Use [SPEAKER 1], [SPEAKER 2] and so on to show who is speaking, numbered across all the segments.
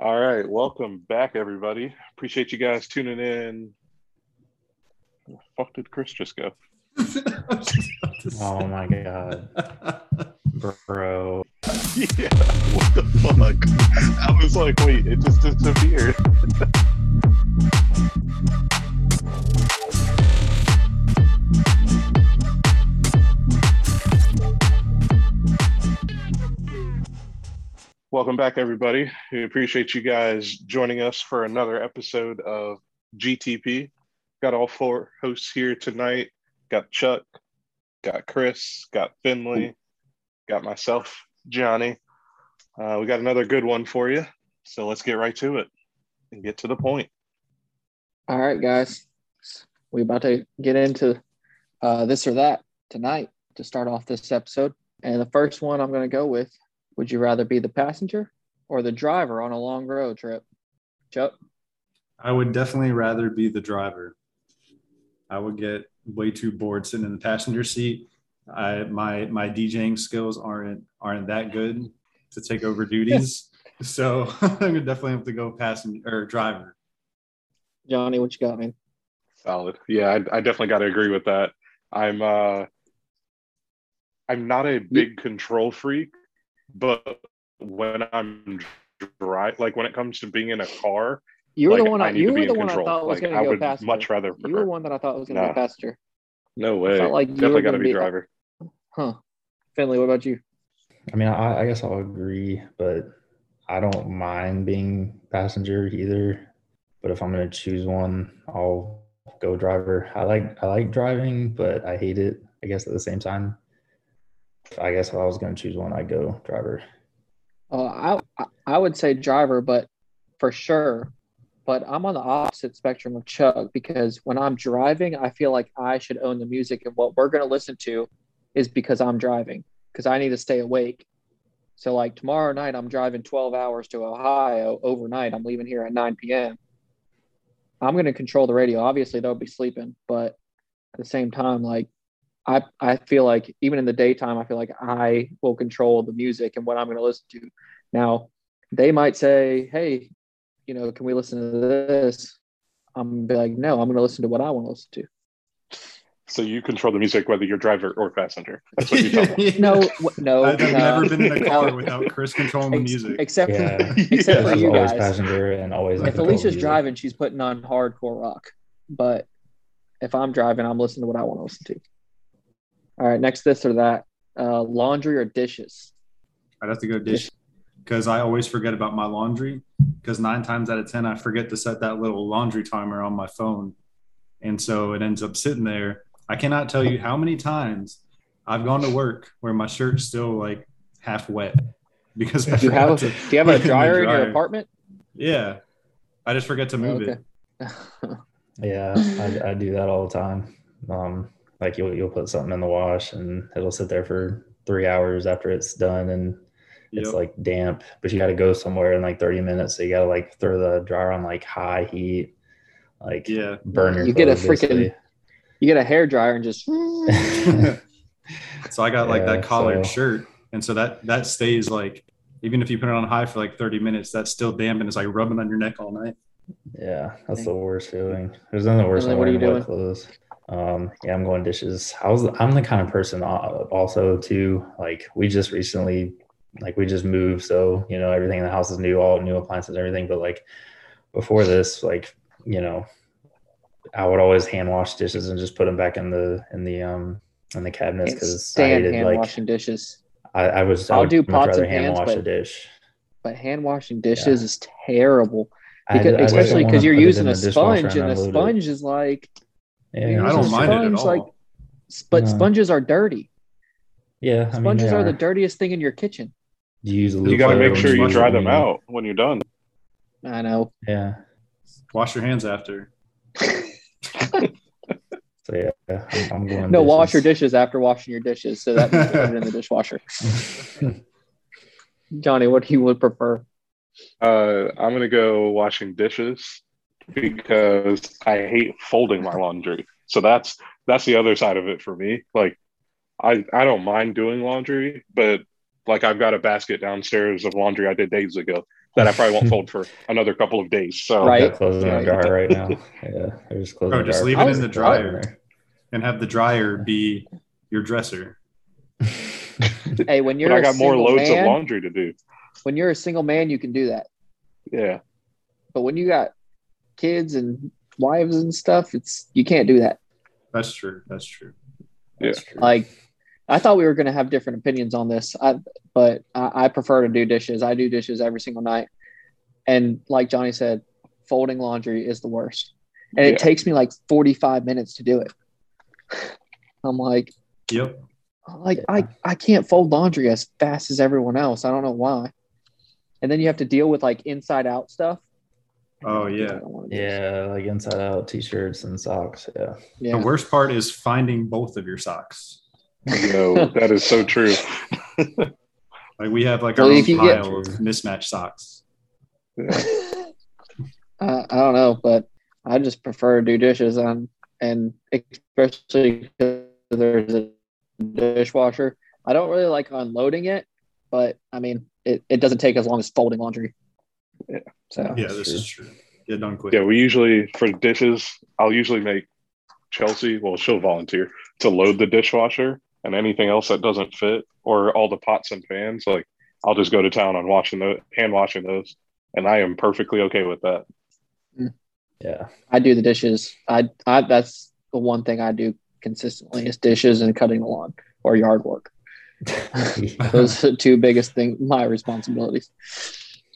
[SPEAKER 1] All right, welcome back, everybody. Appreciate you guys tuning in. Where the fuck did Chris just go?
[SPEAKER 2] Oh my god, bro!
[SPEAKER 1] yeah, what the fuck? I was like, wait, it just disappeared. Welcome back, everybody. We appreciate you guys joining us for another episode of GTP. Got all four hosts here tonight. Got Chuck, got Chris, got Finley, got myself, Johnny. Uh, we got another good one for you. So let's get right to it and get to the point.
[SPEAKER 3] All right, guys. We about to get into uh, this or that tonight to start off this episode. And the first one I'm going to go with, would you rather be the passenger or the driver on a long road trip? Chuck,
[SPEAKER 2] I would definitely rather be the driver. I would get way too bored sitting in the passenger seat. I my my DJing skills aren't aren't that good to take over duties, so I'm gonna definitely have to go passenger or driver.
[SPEAKER 3] Johnny, what you got, man?
[SPEAKER 1] Solid. Yeah, I, I definitely got to agree with that. I'm uh I'm not a big control freak, but when I'm dry, like when it comes to being in a car,
[SPEAKER 3] You were
[SPEAKER 1] like,
[SPEAKER 3] the one. I,
[SPEAKER 1] need
[SPEAKER 3] you
[SPEAKER 1] to
[SPEAKER 3] were
[SPEAKER 1] be
[SPEAKER 3] the
[SPEAKER 1] in
[SPEAKER 3] one I
[SPEAKER 1] control.
[SPEAKER 3] thought was
[SPEAKER 1] Like,
[SPEAKER 3] going
[SPEAKER 1] I
[SPEAKER 3] to go
[SPEAKER 1] would
[SPEAKER 3] passenger.
[SPEAKER 1] much rather
[SPEAKER 3] you were
[SPEAKER 1] prefer.
[SPEAKER 3] one that I thought was going
[SPEAKER 1] Nah.
[SPEAKER 3] to go passenger.
[SPEAKER 1] No way.
[SPEAKER 3] felt like you were
[SPEAKER 1] definitely got to
[SPEAKER 3] gonna
[SPEAKER 1] be,
[SPEAKER 3] be-
[SPEAKER 1] driver.
[SPEAKER 3] Huh? Finley, what about you?
[SPEAKER 4] I mean, I, I guess I'll agree, but I don't mind being passenger either. But if I'm gonna choose one, I'll go driver. I like I like driving, but I hate it. I guess at the same time, I guess if I was gonna choose one, I'd go driver.
[SPEAKER 3] Uh, I I- I would say driver, but for sure. But I'm on the opposite spectrum of Chuck because when I'm driving, I feel like I should own the music, and what we're going to listen to is because I'm driving because I need to stay awake. So like tomorrow night, I'm driving 12 hours to Ohio overnight. I'm leaving here at 9 p.m. I'm going to control the radio. Obviously, they'll be sleeping, but at the same time, like I I feel like even in the daytime, I feel like I will control the music and what I'm going to listen to. Now, they might say, "Hey, you know, can we listen to this?" I'm gonna be like, "No, I'm going to listen to what I want to listen to."
[SPEAKER 1] So you control the music whether you're driver or passenger. That's what you tell them.
[SPEAKER 3] No, w- no,
[SPEAKER 2] I've
[SPEAKER 3] no.
[SPEAKER 2] never been in a car
[SPEAKER 3] No.
[SPEAKER 2] without Chris controlling the
[SPEAKER 3] Ex-
[SPEAKER 2] music.
[SPEAKER 3] except for,
[SPEAKER 4] Yeah,
[SPEAKER 3] except for
[SPEAKER 4] That's
[SPEAKER 3] you
[SPEAKER 4] always
[SPEAKER 3] guys.
[SPEAKER 4] passenger and always.
[SPEAKER 3] if
[SPEAKER 4] control
[SPEAKER 3] Alicia's
[SPEAKER 4] music.
[SPEAKER 3] driving, she's putting on hardcore rock. But if I'm driving, I'm listening to what I want to listen to. All right, next this or that, uh, laundry or dishes.
[SPEAKER 2] I'd have to go dish because I always forget about my laundry. Because nine times out of ten, I forget to set that little laundry timer on my phone, and so it ends up sitting there. I cannot tell you how many times I've gone to work where my shirt's still like half wet because I
[SPEAKER 3] Do you have a,
[SPEAKER 2] forgot
[SPEAKER 3] do
[SPEAKER 2] to
[SPEAKER 3] you have
[SPEAKER 2] put it
[SPEAKER 3] a
[SPEAKER 2] in the
[SPEAKER 3] dryer in your
[SPEAKER 2] dryer.
[SPEAKER 3] apartment? Oh,
[SPEAKER 2] Yeah, I just forget to move
[SPEAKER 3] Okay.
[SPEAKER 2] it.
[SPEAKER 4] Yeah, I, I do that all the time. Um, like you'll you'll put something in the wash and it'll sit there for three hours after it's done and it's
[SPEAKER 2] Yep.
[SPEAKER 4] like damp, but you got to go somewhere in like 30 minutes. So you got to like throw the dryer on like high heat, like
[SPEAKER 2] yeah,
[SPEAKER 4] burn your
[SPEAKER 3] You get a
[SPEAKER 4] clothes,
[SPEAKER 3] freaking- you get a hair dryer and just
[SPEAKER 4] basically.
[SPEAKER 2] so I got like
[SPEAKER 4] Yeah,
[SPEAKER 2] that collared
[SPEAKER 4] so-
[SPEAKER 2] shirt, and so that that stays like even if you put it on high for like thirty minutes, that's still damp and it's like rubbing on your neck all night.
[SPEAKER 4] yeah, that's the worst feeling. There's nothing worse
[SPEAKER 3] Emily,
[SPEAKER 4] than
[SPEAKER 3] what are you
[SPEAKER 4] wearing wet
[SPEAKER 3] doing?
[SPEAKER 4] clothes. Um, yeah, I'm going dishes. I was, I'm the kind of person al- also too. Like we just recently, like we just moved, so you know everything in the house is new, all new appliances, and everything. But like before this, like you know, I would always hand wash dishes and just put them back in the in the um in the cabinets
[SPEAKER 3] can't
[SPEAKER 4] because I
[SPEAKER 3] stand
[SPEAKER 4] hated
[SPEAKER 3] hand
[SPEAKER 4] like
[SPEAKER 3] washing dishes.
[SPEAKER 4] I, I was. I
[SPEAKER 3] I'll
[SPEAKER 4] would
[SPEAKER 3] do
[SPEAKER 4] much
[SPEAKER 3] pots
[SPEAKER 4] rather
[SPEAKER 3] and
[SPEAKER 4] hand
[SPEAKER 3] pans,
[SPEAKER 4] wash
[SPEAKER 3] but
[SPEAKER 4] a dish.
[SPEAKER 3] But hand washing dishes is terrible, because,
[SPEAKER 4] I, I
[SPEAKER 3] especially
[SPEAKER 4] didn't wanna
[SPEAKER 3] because you're
[SPEAKER 4] put it
[SPEAKER 3] using
[SPEAKER 4] in
[SPEAKER 3] a
[SPEAKER 4] the dishwasher
[SPEAKER 3] sponge, and a
[SPEAKER 4] unload it.
[SPEAKER 3] sponge is like,
[SPEAKER 4] Yeah,
[SPEAKER 2] I
[SPEAKER 3] Those
[SPEAKER 2] don't
[SPEAKER 3] are
[SPEAKER 2] mind it at
[SPEAKER 3] sponges,
[SPEAKER 2] all.
[SPEAKER 3] like- but
[SPEAKER 4] No.
[SPEAKER 3] sponges are dirty.
[SPEAKER 4] yeah. I mean,
[SPEAKER 3] Sponges
[SPEAKER 4] they
[SPEAKER 3] are the
[SPEAKER 4] are.
[SPEAKER 3] dirtiest thing in your kitchen.
[SPEAKER 4] You use a
[SPEAKER 1] You got to
[SPEAKER 4] loofah
[SPEAKER 1] make
[SPEAKER 4] when
[SPEAKER 1] sure you
[SPEAKER 4] wash
[SPEAKER 1] dry
[SPEAKER 4] it,
[SPEAKER 1] them
[SPEAKER 4] know?
[SPEAKER 1] out when you're done.
[SPEAKER 3] I know.
[SPEAKER 4] Yeah.
[SPEAKER 2] Wash your hands after.
[SPEAKER 4] So yeah, I'm, I'm going.
[SPEAKER 3] No, wash your dishes after washing your dishes, so that means put it in the dishwasher.
[SPEAKER 4] dish.
[SPEAKER 3] Johnny, what do you would prefer?
[SPEAKER 1] Uh, I'm gonna go washing dishes because I hate folding my laundry. So that's that's the other side of it for me. Like I I don't mind doing laundry, but like I've got a basket downstairs of laundry I did days ago, that I probably won't fold for another couple of days. So
[SPEAKER 3] Right.
[SPEAKER 4] Got clothes in the
[SPEAKER 3] Right.
[SPEAKER 4] jar right now. Yeah, they're just closing.
[SPEAKER 2] Bro,
[SPEAKER 4] the
[SPEAKER 2] Oh, just
[SPEAKER 4] jar.
[SPEAKER 2] leave
[SPEAKER 3] it in
[SPEAKER 4] Just
[SPEAKER 2] the
[SPEAKER 4] throw it in
[SPEAKER 2] dryer.
[SPEAKER 4] there.
[SPEAKER 2] and have the dryer be your dresser.
[SPEAKER 3] Hey, when
[SPEAKER 1] but
[SPEAKER 3] you're
[SPEAKER 1] I
[SPEAKER 3] a
[SPEAKER 1] got more
[SPEAKER 3] single
[SPEAKER 1] loads
[SPEAKER 3] man,
[SPEAKER 1] of laundry to do.
[SPEAKER 3] when you're a single man, you can do that.
[SPEAKER 1] Yeah.
[SPEAKER 3] But when you got kids and wives and stuff, it's you can't do that.
[SPEAKER 2] That's true. That's true.
[SPEAKER 4] That's true.
[SPEAKER 3] Like, I thought we were going to have different opinions on this, I, but I, I prefer to do dishes. I do dishes every single night, and like Johnny said, folding laundry is the worst, and
[SPEAKER 1] Yeah.
[SPEAKER 3] it takes me like forty five minutes to do it. I'm like,
[SPEAKER 2] Yep.
[SPEAKER 3] like I, I can't fold laundry as fast as everyone else. I don't know why. And then you have to deal with like inside out stuff.
[SPEAKER 2] Oh
[SPEAKER 3] I
[SPEAKER 2] yeah.
[SPEAKER 3] don't wanna do this.
[SPEAKER 4] yeah, like inside out t-shirts and socks. Yeah,
[SPEAKER 3] yeah.
[SPEAKER 2] The worst part is finding both of your socks.
[SPEAKER 1] No, that is so true.
[SPEAKER 2] Like we have like our
[SPEAKER 3] Well,
[SPEAKER 2] own
[SPEAKER 3] if you get-
[SPEAKER 2] pile of mismatched socks.
[SPEAKER 1] Yeah.
[SPEAKER 3] uh, I don't know, but I just prefer to do dishes on, and especially because there's a dishwasher. I don't really like unloading it, but I mean, it, it doesn't take as long as folding laundry.
[SPEAKER 1] Yeah.
[SPEAKER 3] So
[SPEAKER 2] Yeah,
[SPEAKER 4] That's
[SPEAKER 2] this
[SPEAKER 4] true.
[SPEAKER 2] is true. Get done quick.
[SPEAKER 1] Yeah, we usually for dishes, I'll usually make Chelsea, well, she'll volunteer to load the dishwasher and anything else that doesn't fit or all the pots and pans, like I'll just go to town on washing those hand washing those. And I am perfectly okay with that.
[SPEAKER 4] yeah.
[SPEAKER 3] I do the dishes. I, I that's the one thing I do consistently is dishes and cutting the lawn or yard work. Those are the two biggest thing my responsibilities.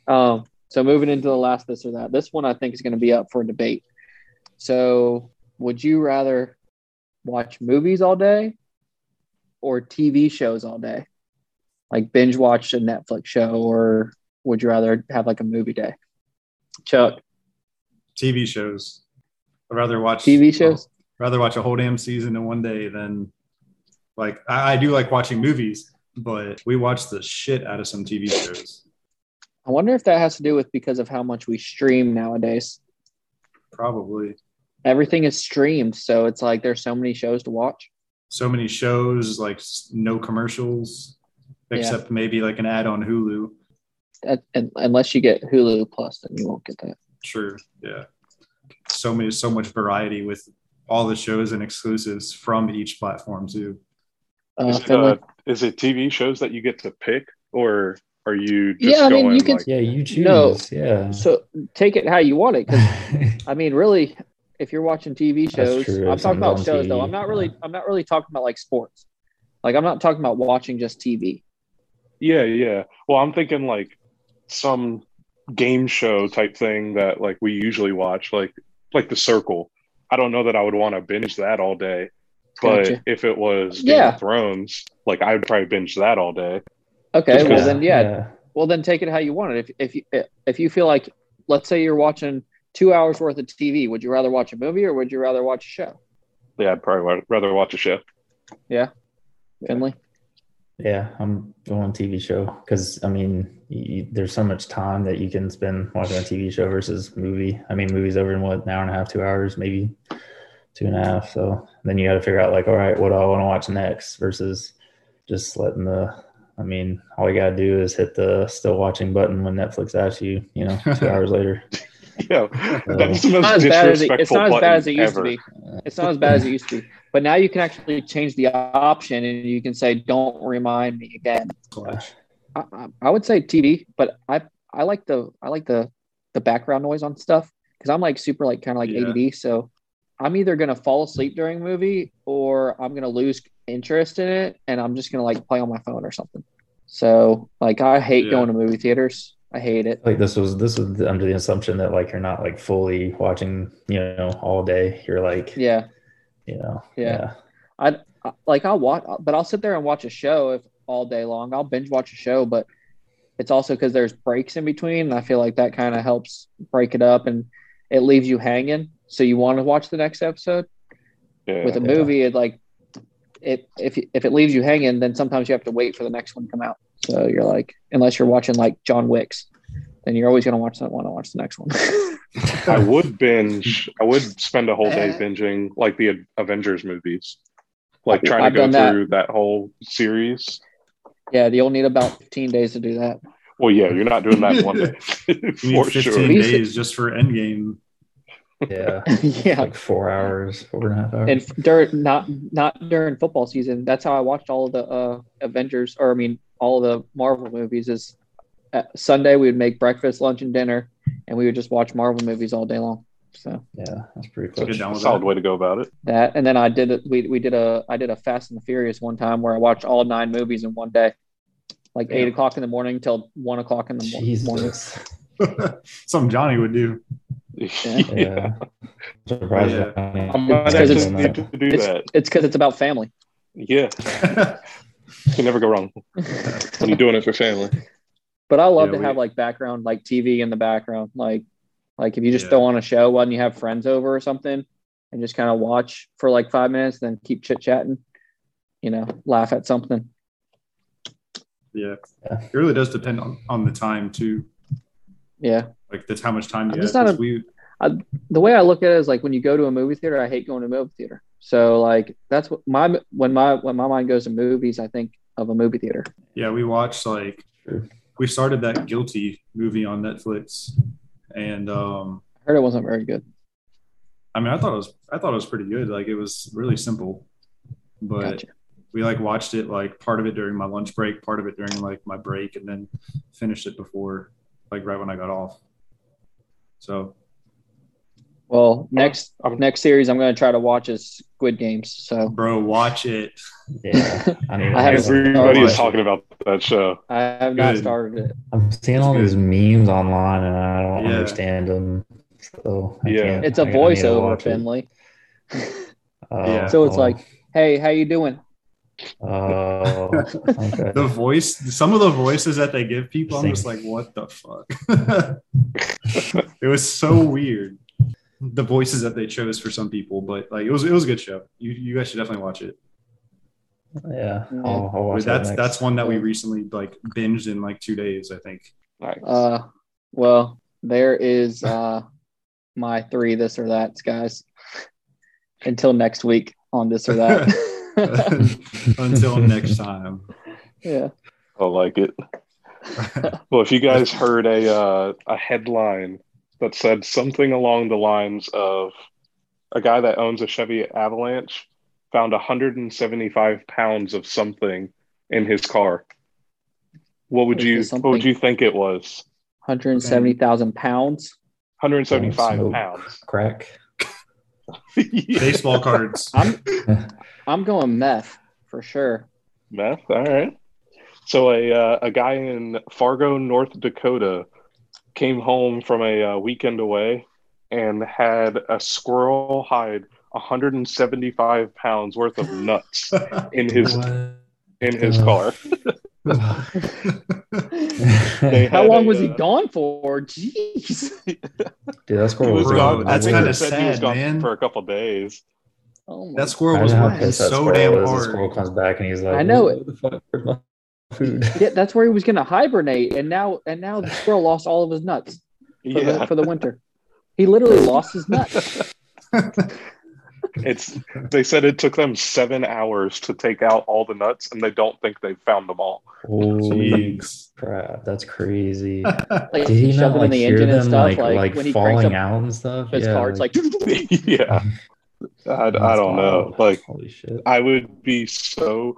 [SPEAKER 3] Um, so moving into the last this or that. This one I think is going to be up for debate. So would you rather watch movies all day or TV shows all day? Like binge watch a Netflix show or would you rather have like a movie day? Chuck,
[SPEAKER 2] TV shows. I'd rather watch
[SPEAKER 3] TV shows?
[SPEAKER 2] rather watch a whole damn season in one day than like I, I do like watching movies, but we watch the shit out of some TV shows.
[SPEAKER 3] I wonder if that has to do with because of how much we stream nowadays.
[SPEAKER 2] Probably
[SPEAKER 3] Everything is streamed, so it's like there's so many shows to watch.
[SPEAKER 2] so many shows like s- no commercials,
[SPEAKER 3] Yeah.
[SPEAKER 2] except maybe like an ad on Hulu.
[SPEAKER 3] That, and, unless you get Hulu Plus, then you won't get that.
[SPEAKER 2] True. Yeah. So many, so much variety with all the shows and exclusives from each platform too.
[SPEAKER 3] Uh,
[SPEAKER 1] Is it,
[SPEAKER 3] Finley?
[SPEAKER 1] uh, is it TV shows that you get to pick or are you just
[SPEAKER 3] Yeah, I mean,
[SPEAKER 1] going
[SPEAKER 3] you can-
[SPEAKER 1] like
[SPEAKER 4] yeah, you choose.
[SPEAKER 3] No.
[SPEAKER 4] Yeah.
[SPEAKER 3] so take it how you want it. 'cause, I mean, really, if you're watching TV
[SPEAKER 4] That's
[SPEAKER 3] shows,
[SPEAKER 4] true,
[SPEAKER 3] I'm
[SPEAKER 4] if
[SPEAKER 3] talking about
[SPEAKER 4] something's on
[SPEAKER 3] shows though.
[SPEAKER 4] TV,
[SPEAKER 3] I'm not
[SPEAKER 4] yeah.
[SPEAKER 3] really, I'm not really talking about like sports. Like I'm not talking about watching just TV.
[SPEAKER 1] Yeah, yeah. Well, I'm thinking like some game show type thing that like we usually watch, like like The Circle. I don't know that I would want to binge that all day, but
[SPEAKER 3] Gotcha.
[SPEAKER 1] if it was Game
[SPEAKER 3] Yeah.
[SPEAKER 1] of Thrones, like I'd probably binge that all day.
[SPEAKER 3] Okay,
[SPEAKER 1] Just
[SPEAKER 3] well
[SPEAKER 1] 'cause-
[SPEAKER 3] then, yeah, well then take it how you want it. If if you if you feel like, let's say you're watching two hours worth of TV, would you rather watch a movie or would you rather watch a show?
[SPEAKER 1] Yeah, I'd probably wa- rather watch a show.
[SPEAKER 3] Finley.
[SPEAKER 4] Yeah, I'm going TV show because I mean, you, there's so much time that you can spend watching a TV show versus movie. I mean, movies over in what an hour and a half, two hours, maybe two and a half. So then you got to figure out like, all right, what do I want to watch next versus just letting the. I mean, all you gotta do is hit the still watching button when Netflix asks you. You know, two hours later.
[SPEAKER 1] Yeah, that's the most
[SPEAKER 3] not as bad as it,
[SPEAKER 1] disrespectful
[SPEAKER 3] it's not as bad as it
[SPEAKER 1] button
[SPEAKER 3] used
[SPEAKER 1] ever.
[SPEAKER 3] to be. It's not as bad as it used to be. But now you can actually change the option, and you can say, "Don't remind me again." I, I- I would say TV, but I I like the I like the the background noise on stuff because I'm like super like kind of like
[SPEAKER 2] Yeah.
[SPEAKER 3] ADD, so I'm either gonna fall asleep during a movie or I'm gonna lose interest in it, and I'm just gonna like play on my phone or something. So like I hate
[SPEAKER 2] Yeah.
[SPEAKER 3] going to movie theaters. I hate it.
[SPEAKER 4] like this was this was under the assumption that like you're not like fully watching you know all day you're like
[SPEAKER 3] Yeah.
[SPEAKER 4] you know
[SPEAKER 3] Yeah. I I- like I'll watch, but I'll sit there and watch a show if all day long. I'll binge watch a show, but it's also because there's breaks in between, and I feel like that kind of helps break it up and it leaves you hanging, so you want to watch the next episode.
[SPEAKER 1] Yeah.
[SPEAKER 3] With a
[SPEAKER 4] Yeah.
[SPEAKER 3] movie, it like it if if it leaves you hanging, then sometimes you have to wait for the next one to come out. So you're like, unless you're watching like John Wick's, then you're always gonna watch that one and watch the next one.
[SPEAKER 1] I would binge. I would spend a whole day
[SPEAKER 3] Uh.
[SPEAKER 1] binging like the Avengers movies, like trying to
[SPEAKER 3] I've
[SPEAKER 1] go
[SPEAKER 3] done that.
[SPEAKER 1] through that whole series.
[SPEAKER 3] yeah, you'll need about 15 days to do that.
[SPEAKER 1] Well, yeah, you're not doing that in one day
[SPEAKER 2] You need
[SPEAKER 1] for
[SPEAKER 2] 15
[SPEAKER 1] sure.
[SPEAKER 3] We used to-
[SPEAKER 2] days just for Endgame.
[SPEAKER 4] Yeah.
[SPEAKER 3] yeah,
[SPEAKER 4] Like four hours, four and a half hours.
[SPEAKER 3] and f- during not not during football season, that's how I watched all of the uh, Avengers, or I mean, all of the Marvel movies. Is uh, Sunday we would make breakfast, lunch, and dinner, and we would just watch Marvel movies all day long. So
[SPEAKER 4] yeah, that's pretty
[SPEAKER 2] Get
[SPEAKER 4] close.
[SPEAKER 2] down with
[SPEAKER 1] Solid
[SPEAKER 2] that.
[SPEAKER 1] way to go about it.
[SPEAKER 3] that, and then I did it. We we did a I did a Fast and the Furious one time where I watched all nine movies in one day, like eight
[SPEAKER 2] Damn.
[SPEAKER 3] o'clock in the morning till one o'clock in the mo- morning.
[SPEAKER 4] Jesus.
[SPEAKER 2] Something Johnny would do.
[SPEAKER 4] Yeah.
[SPEAKER 1] Yeah.
[SPEAKER 4] Surprised
[SPEAKER 2] Yeah.
[SPEAKER 4] I mean,
[SPEAKER 1] I might
[SPEAKER 3] It's 'cause
[SPEAKER 1] actually
[SPEAKER 3] it's-
[SPEAKER 1] need to do
[SPEAKER 3] it's-
[SPEAKER 1] that.
[SPEAKER 3] It's because it's about family.
[SPEAKER 1] Yeah, you can never go wrong when you're doing it for family.
[SPEAKER 3] But I love
[SPEAKER 2] Yeah,
[SPEAKER 3] to
[SPEAKER 2] we-
[SPEAKER 3] have like background, like TV in the background, like like if you just
[SPEAKER 2] Yeah.
[SPEAKER 3] throw on a show when you have friends over or something, and just kind of watch for like five minutes, then keep chit chatting, you know, laugh at something.
[SPEAKER 2] yeah.
[SPEAKER 4] Yeah.
[SPEAKER 2] It really does depend on, on the time, too.
[SPEAKER 3] Yeah,
[SPEAKER 2] Like, that's how much time you
[SPEAKER 3] I'm
[SPEAKER 2] have.
[SPEAKER 3] just not
[SPEAKER 2] 'cause
[SPEAKER 3] a-
[SPEAKER 2] we,
[SPEAKER 3] the way I look at it is like when you go to a movie theater, I hate going to a movie theater. So like that's what my when my when my mind goes to movies, I think of a movie theater.
[SPEAKER 2] yeah, we watched, like,
[SPEAKER 4] Sure.
[SPEAKER 2] we started that Guilty movie on Netflix. And, um,
[SPEAKER 3] I heard it wasn't very good.
[SPEAKER 2] I mean, I thought it was, I thought it was pretty good. Like, it was really simple, but
[SPEAKER 3] Gotcha.
[SPEAKER 2] we like watched it like part of it during my lunch break, part of it during like my break, and then finished it before like right when I got off. So
[SPEAKER 3] Well, next
[SPEAKER 1] I'm-
[SPEAKER 3] next series I'm going to try to watch is Squid Games. So
[SPEAKER 2] bro, watch it.
[SPEAKER 4] yeah, I mean,
[SPEAKER 3] I
[SPEAKER 4] I
[SPEAKER 3] haven't
[SPEAKER 4] guess I'm-
[SPEAKER 1] Everybody
[SPEAKER 3] Oh,
[SPEAKER 1] is
[SPEAKER 3] my.
[SPEAKER 1] talking about that show.
[SPEAKER 3] I have not
[SPEAKER 2] Good.
[SPEAKER 3] started it.
[SPEAKER 4] I'm seeing all these memes online and I don't
[SPEAKER 2] Yeah.
[SPEAKER 4] understand them. So I
[SPEAKER 1] Yeah.
[SPEAKER 4] can't-
[SPEAKER 3] It's a
[SPEAKER 4] I- I need to
[SPEAKER 3] voiceover,
[SPEAKER 4] watch it.
[SPEAKER 3] Finley.
[SPEAKER 4] Oh,
[SPEAKER 2] Yeah.
[SPEAKER 3] So it's
[SPEAKER 4] well,
[SPEAKER 3] like, hey, how you doing?
[SPEAKER 4] oh, okay.
[SPEAKER 2] The voice, some of the voices that they give people, I'm just like, what the fuck? it was so weird. The voices that they chose for some people, but like it was it was a good show. You you guys should definitely watch it.
[SPEAKER 4] yeah, I'll, I'll watch
[SPEAKER 2] that's
[SPEAKER 4] that next.
[SPEAKER 2] that's one that we recently like binged in like two days, I think.
[SPEAKER 1] Nice.
[SPEAKER 3] Uh, well, there is uh, my three this or that, guys. Until next week on this or that.
[SPEAKER 2] Until next time.
[SPEAKER 3] yeah.
[SPEAKER 1] I like it. Well, if you guys heard a uh, a headline that said something along the lines of a guy that owns a Chevy Avalanche found 175 pounds of something in his car. What would
[SPEAKER 3] What
[SPEAKER 1] you
[SPEAKER 3] is
[SPEAKER 1] what would
[SPEAKER 3] something?
[SPEAKER 1] you think it was?
[SPEAKER 3] 170,000 pounds.
[SPEAKER 1] 175
[SPEAKER 4] Smoke.
[SPEAKER 1] pounds.
[SPEAKER 4] crack.
[SPEAKER 1] yeah.
[SPEAKER 2] Baseball cards.
[SPEAKER 3] I'm I'm going meth for sure.
[SPEAKER 1] Meth. All right. So a uh, a guy in Fargo, North Dakota, came home from a uh, weekend away and had a squirrel hide 175 pounds worth of nuts in his in his car.
[SPEAKER 4] Dude,
[SPEAKER 3] How
[SPEAKER 1] had
[SPEAKER 3] long
[SPEAKER 1] a,
[SPEAKER 3] was he
[SPEAKER 1] uh,
[SPEAKER 3] gone for? Jeez.
[SPEAKER 4] that
[SPEAKER 1] He
[SPEAKER 4] squirrel was
[SPEAKER 1] was
[SPEAKER 2] Bro,
[SPEAKER 1] gone-
[SPEAKER 4] gone.
[SPEAKER 2] that's
[SPEAKER 1] I believe
[SPEAKER 4] That
[SPEAKER 2] kinda
[SPEAKER 1] it
[SPEAKER 4] was-
[SPEAKER 1] said he was
[SPEAKER 2] sad,
[SPEAKER 1] gone
[SPEAKER 2] man.
[SPEAKER 1] for a couple days.
[SPEAKER 3] Oh my
[SPEAKER 2] That squirrel was
[SPEAKER 4] Imagine how
[SPEAKER 2] working
[SPEAKER 4] pissed that
[SPEAKER 2] so
[SPEAKER 4] squirrel
[SPEAKER 2] damn
[SPEAKER 4] is. The
[SPEAKER 2] hard.
[SPEAKER 4] squirrel comes back and he's like,
[SPEAKER 3] I know
[SPEAKER 4] "What the fuck? Where's my food?"
[SPEAKER 3] Yeah, that's where he was going to hibernate, and now and now the squirrel lost all of his nuts for, the,
[SPEAKER 1] Yeah,
[SPEAKER 3] for the winter. He literally lost his nuts.
[SPEAKER 1] it's they said it took them seven hours to take out all the nuts, and they don't think they found them all.
[SPEAKER 4] Holy
[SPEAKER 2] Jeez.
[SPEAKER 4] crap, that's crazy.
[SPEAKER 3] Like
[SPEAKER 4] Did he
[SPEAKER 3] shove
[SPEAKER 4] not
[SPEAKER 3] them
[SPEAKER 4] like
[SPEAKER 3] in the
[SPEAKER 4] hear
[SPEAKER 3] engine and
[SPEAKER 4] them
[SPEAKER 3] stuff.
[SPEAKER 4] like like,
[SPEAKER 3] when he cranks
[SPEAKER 4] falling
[SPEAKER 3] up
[SPEAKER 4] out and stuff?
[SPEAKER 3] his car, it's like
[SPEAKER 1] yeah, I, I don't
[SPEAKER 4] that's
[SPEAKER 1] know.
[SPEAKER 4] wild.
[SPEAKER 1] Like
[SPEAKER 4] holy shit.
[SPEAKER 1] I would be so.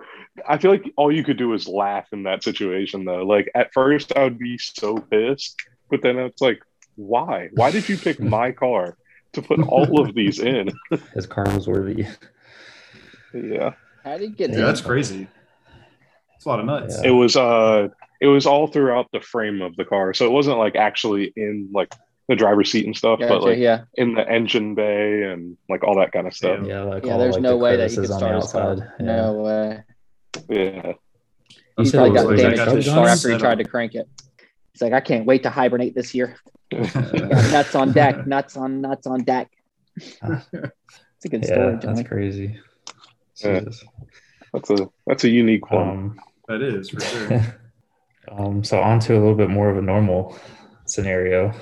[SPEAKER 1] I feel like all you could do is laugh in that situation, though. Like at first, I would be so pissed, but then it's like, why? Why did you pick my car to put all of these in?
[SPEAKER 4] His car was worthy.
[SPEAKER 1] Yeah,
[SPEAKER 3] how did he get
[SPEAKER 2] Yeah,
[SPEAKER 3] in?
[SPEAKER 2] that's crazy. It's a lot of nuts.
[SPEAKER 1] it was. Uh, it was all throughout the frame of the car, so it wasn't like actually in like the driver's seat and stuff,
[SPEAKER 3] Gotcha,
[SPEAKER 1] but like
[SPEAKER 3] yeah.
[SPEAKER 1] in the engine bay and like all that kind of stuff.
[SPEAKER 4] Yeah, like
[SPEAKER 3] Yeah,
[SPEAKER 4] all,
[SPEAKER 3] there's
[SPEAKER 4] like,
[SPEAKER 3] no
[SPEAKER 4] the
[SPEAKER 3] way that
[SPEAKER 4] crevices
[SPEAKER 3] he could
[SPEAKER 4] on the
[SPEAKER 3] start his car.
[SPEAKER 4] outside. Yeah.
[SPEAKER 3] No way.
[SPEAKER 1] Yeah,
[SPEAKER 4] You
[SPEAKER 3] He's
[SPEAKER 4] said
[SPEAKER 3] probably
[SPEAKER 4] it was
[SPEAKER 3] got
[SPEAKER 4] like,
[SPEAKER 3] damaged
[SPEAKER 4] I
[SPEAKER 3] to
[SPEAKER 4] got
[SPEAKER 3] his
[SPEAKER 4] this
[SPEAKER 3] car
[SPEAKER 4] done?
[SPEAKER 3] after he tried to crank it. He's like, I can't wait to hibernate this year. nuts on deck, nuts on nuts on deck. It's a good
[SPEAKER 4] Yeah,
[SPEAKER 3] story,
[SPEAKER 4] that's
[SPEAKER 3] Johnny.
[SPEAKER 4] crazy.
[SPEAKER 1] Yeah.
[SPEAKER 4] Jesus.
[SPEAKER 1] that's a that's a unique one.
[SPEAKER 4] Um,
[SPEAKER 2] that is for sure.
[SPEAKER 4] um, so on to a little bit more of a normal scenario.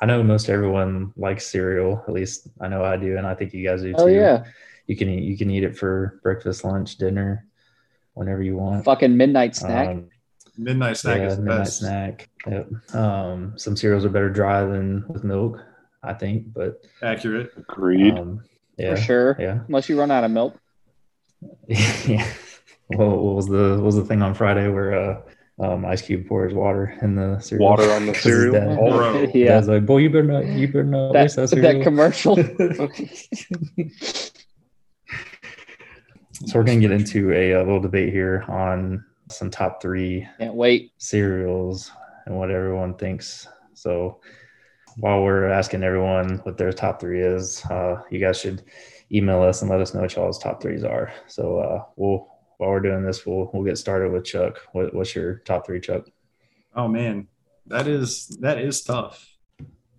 [SPEAKER 4] I know most everyone likes cereal. At least I know I do, and I think you guys do too.
[SPEAKER 3] Oh yeah,
[SPEAKER 4] you can eat, you can eat it for breakfast, lunch, dinner, whenever you want.
[SPEAKER 3] fucking midnight snack.
[SPEAKER 4] Um,
[SPEAKER 2] Midnight snack
[SPEAKER 4] yeah,
[SPEAKER 2] is the
[SPEAKER 4] midnight
[SPEAKER 2] best.
[SPEAKER 4] snack. Yep. Um, some cereals are better dry than with milk, I think. But
[SPEAKER 2] Accurate.
[SPEAKER 1] Agreed.
[SPEAKER 4] um, yeah,
[SPEAKER 3] for sure.
[SPEAKER 4] yeah,
[SPEAKER 5] Unless you run out of milk.
[SPEAKER 4] yeah. What, what was the what was the thing on Friday where uh, um, Ice Cube pours water in the cereal?
[SPEAKER 1] Water on the
[SPEAKER 4] 'Cause his
[SPEAKER 1] cereal?
[SPEAKER 4] dad-
[SPEAKER 2] Oro.
[SPEAKER 4] Yeah.
[SPEAKER 3] yeah,
[SPEAKER 4] Dad's like, boy, you better not, you better not
[SPEAKER 3] that,
[SPEAKER 4] waste that cereal.
[SPEAKER 3] that commercial.
[SPEAKER 4] so we're gonna get into a, uh little debate here on some top three
[SPEAKER 5] Can't wait.
[SPEAKER 4] cereals and what everyone thinks. So while we're asking everyone what their top three is, uh, you guys should email us and let us know what y'all's top threes are. So uh, we'll while we're doing this, we'll we'll get started with Chuck. What, what's your top three, Chuck?
[SPEAKER 2] Oh man, that is that is tough.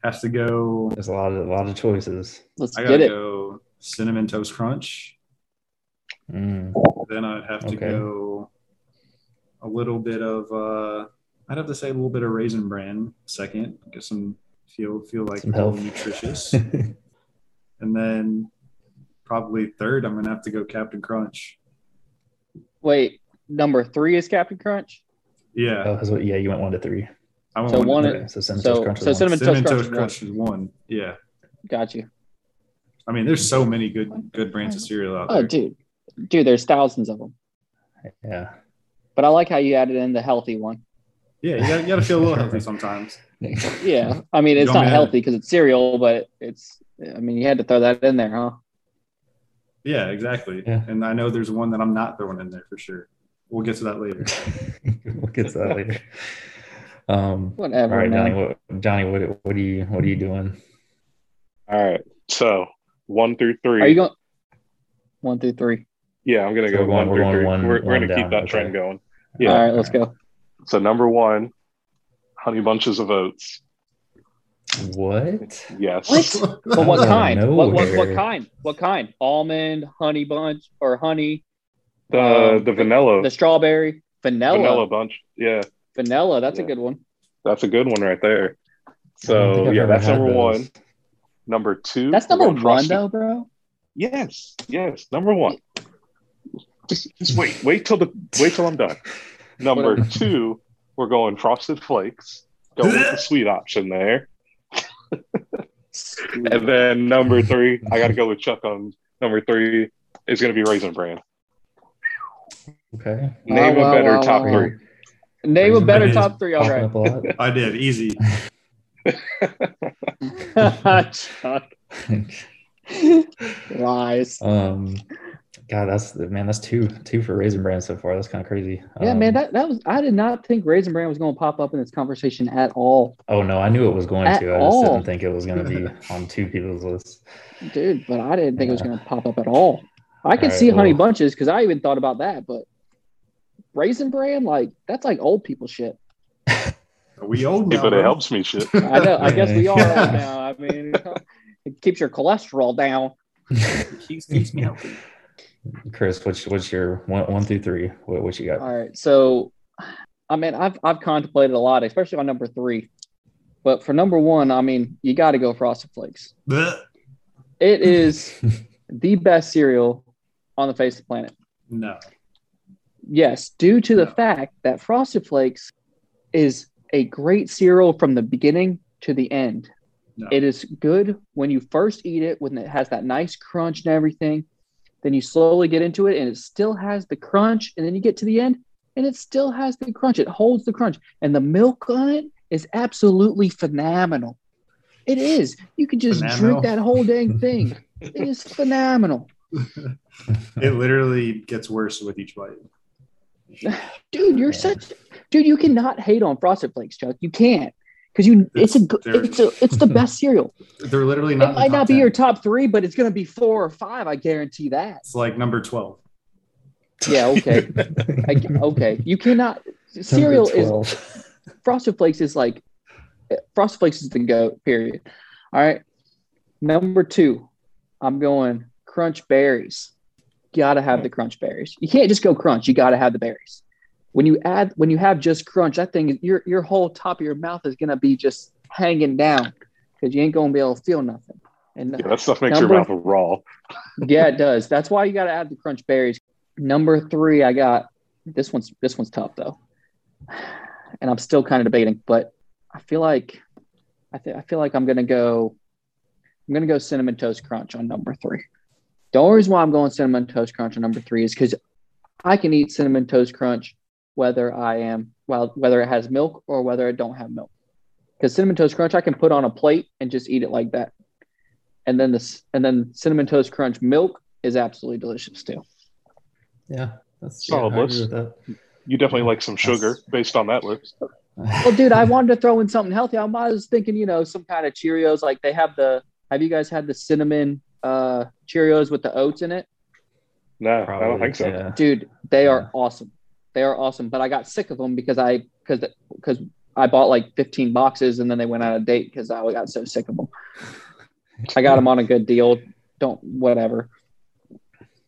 [SPEAKER 2] Have to go.
[SPEAKER 4] There's a lot of a lot of choices.
[SPEAKER 5] Let's
[SPEAKER 2] I
[SPEAKER 5] get
[SPEAKER 2] gotta
[SPEAKER 5] it.
[SPEAKER 2] go cinnamon toast crunch.
[SPEAKER 4] Mm,
[SPEAKER 2] Then I'd have to
[SPEAKER 4] Okay.
[SPEAKER 2] go a little bit of. uh I'd have to say a little bit of raisin bran second. Get some feel feel like
[SPEAKER 4] some
[SPEAKER 2] a little
[SPEAKER 4] health. Oh,
[SPEAKER 2] nutritious, and then probably third. I'm gonna have to go Captain Crunch.
[SPEAKER 3] Wait,
[SPEAKER 5] Number three is Captain Crunch.
[SPEAKER 2] Yeah,
[SPEAKER 4] oh, that's what, yeah, you went one to three.
[SPEAKER 2] I went
[SPEAKER 3] so
[SPEAKER 2] with
[SPEAKER 3] one-
[SPEAKER 2] that.
[SPEAKER 4] Okay, so cinnamon
[SPEAKER 3] so-
[SPEAKER 4] toast crunch. was
[SPEAKER 3] so
[SPEAKER 4] one.
[SPEAKER 3] Cinnamon
[SPEAKER 2] cinnamon
[SPEAKER 3] Toast
[SPEAKER 2] toast
[SPEAKER 3] Crunch
[SPEAKER 2] crunch is one. Yeah,
[SPEAKER 3] got you.
[SPEAKER 2] I mean, there's so many good good brands of cereal out there.
[SPEAKER 3] Oh, dude, dude, there's thousands of them.
[SPEAKER 4] yeah,
[SPEAKER 3] But I like how you added in the healthy one.
[SPEAKER 2] Yeah, you gotta, you gotta feel a little healthy sometimes.
[SPEAKER 3] Yeah, I mean
[SPEAKER 2] You
[SPEAKER 3] it's
[SPEAKER 2] want
[SPEAKER 3] not
[SPEAKER 2] me to-
[SPEAKER 3] healthy because it's cereal, but it's. I mean, you had to throw that in there, huh?
[SPEAKER 2] Yeah, exactly.
[SPEAKER 4] Yeah.
[SPEAKER 2] And I know there's one that I'm not throwing in there for sure. We'll get to that later.
[SPEAKER 4] we'll get to that later. Um, all
[SPEAKER 3] Whatever.
[SPEAKER 4] right,
[SPEAKER 3] man.
[SPEAKER 4] Johnny. What, Johnny, what what are you what are you doing?
[SPEAKER 1] All right. So one through three.
[SPEAKER 3] Are you going one through three?
[SPEAKER 1] yeah, I'm gonna
[SPEAKER 4] So
[SPEAKER 1] go
[SPEAKER 4] we're
[SPEAKER 1] one
[SPEAKER 4] going- we're
[SPEAKER 1] through
[SPEAKER 4] going
[SPEAKER 1] three.
[SPEAKER 4] one-
[SPEAKER 1] we're we're
[SPEAKER 4] one
[SPEAKER 1] gonna
[SPEAKER 4] down,
[SPEAKER 1] keep that
[SPEAKER 4] okay.
[SPEAKER 1] trend going. Yeah.
[SPEAKER 3] All right, let's go.
[SPEAKER 1] So number one, honey bunches of oats.
[SPEAKER 4] What?
[SPEAKER 1] Yes.
[SPEAKER 3] But what
[SPEAKER 4] Outta
[SPEAKER 3] kind? What, what, what
[SPEAKER 4] nowhere.
[SPEAKER 3] kind? What kind? Almond, honey bunch, or honey?
[SPEAKER 1] The
[SPEAKER 3] um,
[SPEAKER 1] the vanilla,
[SPEAKER 3] The strawberry, vanilla,
[SPEAKER 1] vanilla
[SPEAKER 3] vanilla.
[SPEAKER 1] bunch. Yeah,
[SPEAKER 3] that's a
[SPEAKER 1] Yeah.
[SPEAKER 3] good one.
[SPEAKER 1] that's a good one right there.
[SPEAKER 4] I don't think
[SPEAKER 1] So
[SPEAKER 4] I've
[SPEAKER 1] yeah,
[SPEAKER 4] ever
[SPEAKER 1] that's
[SPEAKER 4] had
[SPEAKER 1] number
[SPEAKER 4] those.
[SPEAKER 1] one. Number two.
[SPEAKER 3] That's
[SPEAKER 1] we're
[SPEAKER 3] number
[SPEAKER 1] going
[SPEAKER 3] one
[SPEAKER 1] Frosted-
[SPEAKER 3] though, bro.
[SPEAKER 1] Yes, yes, number one. Just, just wait, wait till the wait till I'm done. Number
[SPEAKER 4] Whatever.
[SPEAKER 1] two, we're going frosted flakes. Go with the sweet option there. And then number three, I got to go with Chuck on number three. Is going to be raisin bran.
[SPEAKER 4] Okay.
[SPEAKER 3] Wow,
[SPEAKER 1] Name
[SPEAKER 3] wow,
[SPEAKER 1] a better
[SPEAKER 3] wow,
[SPEAKER 1] top
[SPEAKER 3] wow,
[SPEAKER 1] three.
[SPEAKER 3] Name a
[SPEAKER 4] Raisin
[SPEAKER 3] better
[SPEAKER 2] Bran.
[SPEAKER 3] top three. All
[SPEAKER 4] Popping
[SPEAKER 3] right.
[SPEAKER 4] up a lot.
[SPEAKER 2] I did easy.
[SPEAKER 3] Chuck, Lies.
[SPEAKER 4] um, God, that's man, that's two two for raisin bran so far. That's kind of crazy.
[SPEAKER 3] Yeah,
[SPEAKER 4] Um,
[SPEAKER 3] man, that, that was I did not think Raisin Bran was going to pop up in this conversation at all,
[SPEAKER 4] Oh no, I knew it was going
[SPEAKER 3] At
[SPEAKER 4] to. I just
[SPEAKER 3] all.
[SPEAKER 4] didn't think it was going to be on two people's lists.
[SPEAKER 3] dude. But I didn't think it was going to pop up at all. I could
[SPEAKER 4] All right,
[SPEAKER 3] see Honey
[SPEAKER 4] well-
[SPEAKER 3] Bunches because I even thought about that, but Raisin Bran, like that's like old people shit.
[SPEAKER 2] Are we old now?
[SPEAKER 1] Hey, but
[SPEAKER 2] bro?
[SPEAKER 1] it helps me shit.
[SPEAKER 3] I know. I guess we are
[SPEAKER 4] Yeah.
[SPEAKER 3] old now. I mean, it keeps your cholesterol down.
[SPEAKER 2] Keeps, keeps me healthy.
[SPEAKER 4] Chris, what's what's your one one through three? What what you got?
[SPEAKER 3] All right. So, I mean, I've I've contemplated a lot, especially on number three. But for number one, I mean, you got to go Frosted Flakes.
[SPEAKER 2] Bleh.
[SPEAKER 3] It is the best cereal on the face of the planet.
[SPEAKER 2] No.
[SPEAKER 3] Yes, due to the
[SPEAKER 2] No.
[SPEAKER 3] fact that Frosted Flakes is a great cereal from the beginning to the end.
[SPEAKER 2] No.
[SPEAKER 3] It is good when you first eat it, when it has that nice crunch and everything. Then you slowly get into it and it still has the crunch. And then you get to the end and it still has the crunch. It holds the crunch. And the milk on it is absolutely phenomenal. It is. You can just
[SPEAKER 2] Phenomenal.
[SPEAKER 3] drink that whole dang thing. it is phenomenal.
[SPEAKER 2] It literally gets worse with each bite.
[SPEAKER 3] dude
[SPEAKER 4] Yeah.
[SPEAKER 3] you're such dude you cannot hate on frosted flakes chuck you can't because you it's, a good
[SPEAKER 2] They're-
[SPEAKER 3] it's a, it's the best cereal
[SPEAKER 2] They're literally
[SPEAKER 3] it
[SPEAKER 2] not. in the
[SPEAKER 3] might
[SPEAKER 2] top
[SPEAKER 3] not be
[SPEAKER 2] 10.
[SPEAKER 3] your top three but it's gonna be four or five i guarantee that
[SPEAKER 2] It's like number twelve.
[SPEAKER 3] yeah okay I, okay you cannot cereal is frosted flakes is like frosted flakes is the goat period all right number two i'm going crunch berries gotta have the crunch berries you can't just go crunch you gotta have the berries when you add when you have just crunch that thing your your whole top of your mouth is gonna be just hanging down because you ain't gonna be able to feel nothing and
[SPEAKER 1] Yeah, that stuff makes your
[SPEAKER 3] Number-
[SPEAKER 1] mouth raw.
[SPEAKER 3] yeah, it does. That's why you got to add the crunch berries. Number three, I got this one's this one's tough though. and I'm still kind of debating, but I feel like I, th- I feel like I'm gonna go I'm gonna go cinnamon toast crunch on number three. The only reason why I'm going cinnamon toast crunch on number three is because I can eat cinnamon toast crunch whether I am well whether it has milk or whether I don't have milk. Because cinnamon toast crunch I can put on a plate and just eat it like that. And then this and then cinnamon toast crunch milk is absolutely delicious too.
[SPEAKER 4] Yeah, that's
[SPEAKER 1] Solid
[SPEAKER 4] yeah, I agree
[SPEAKER 1] list.
[SPEAKER 4] with that.
[SPEAKER 1] You definitely like some sugar based on that list.
[SPEAKER 3] Well, dude, I wanted to throw in something healthy. I was thinking, you know, some kind of Cheerios. Like they have the. Have you guys had the cinnamon uh Cheerios with the oats in it?
[SPEAKER 1] No, I don't
[SPEAKER 4] Probably,
[SPEAKER 1] think so.
[SPEAKER 4] yeah.
[SPEAKER 3] Dude, they
[SPEAKER 4] Yeah.
[SPEAKER 3] are awesome. They are awesome. But I got sick of them because I because because I bought like 15 boxes and then they went out of date because I got so sick of them. I got them on a good deal. Don't whatever.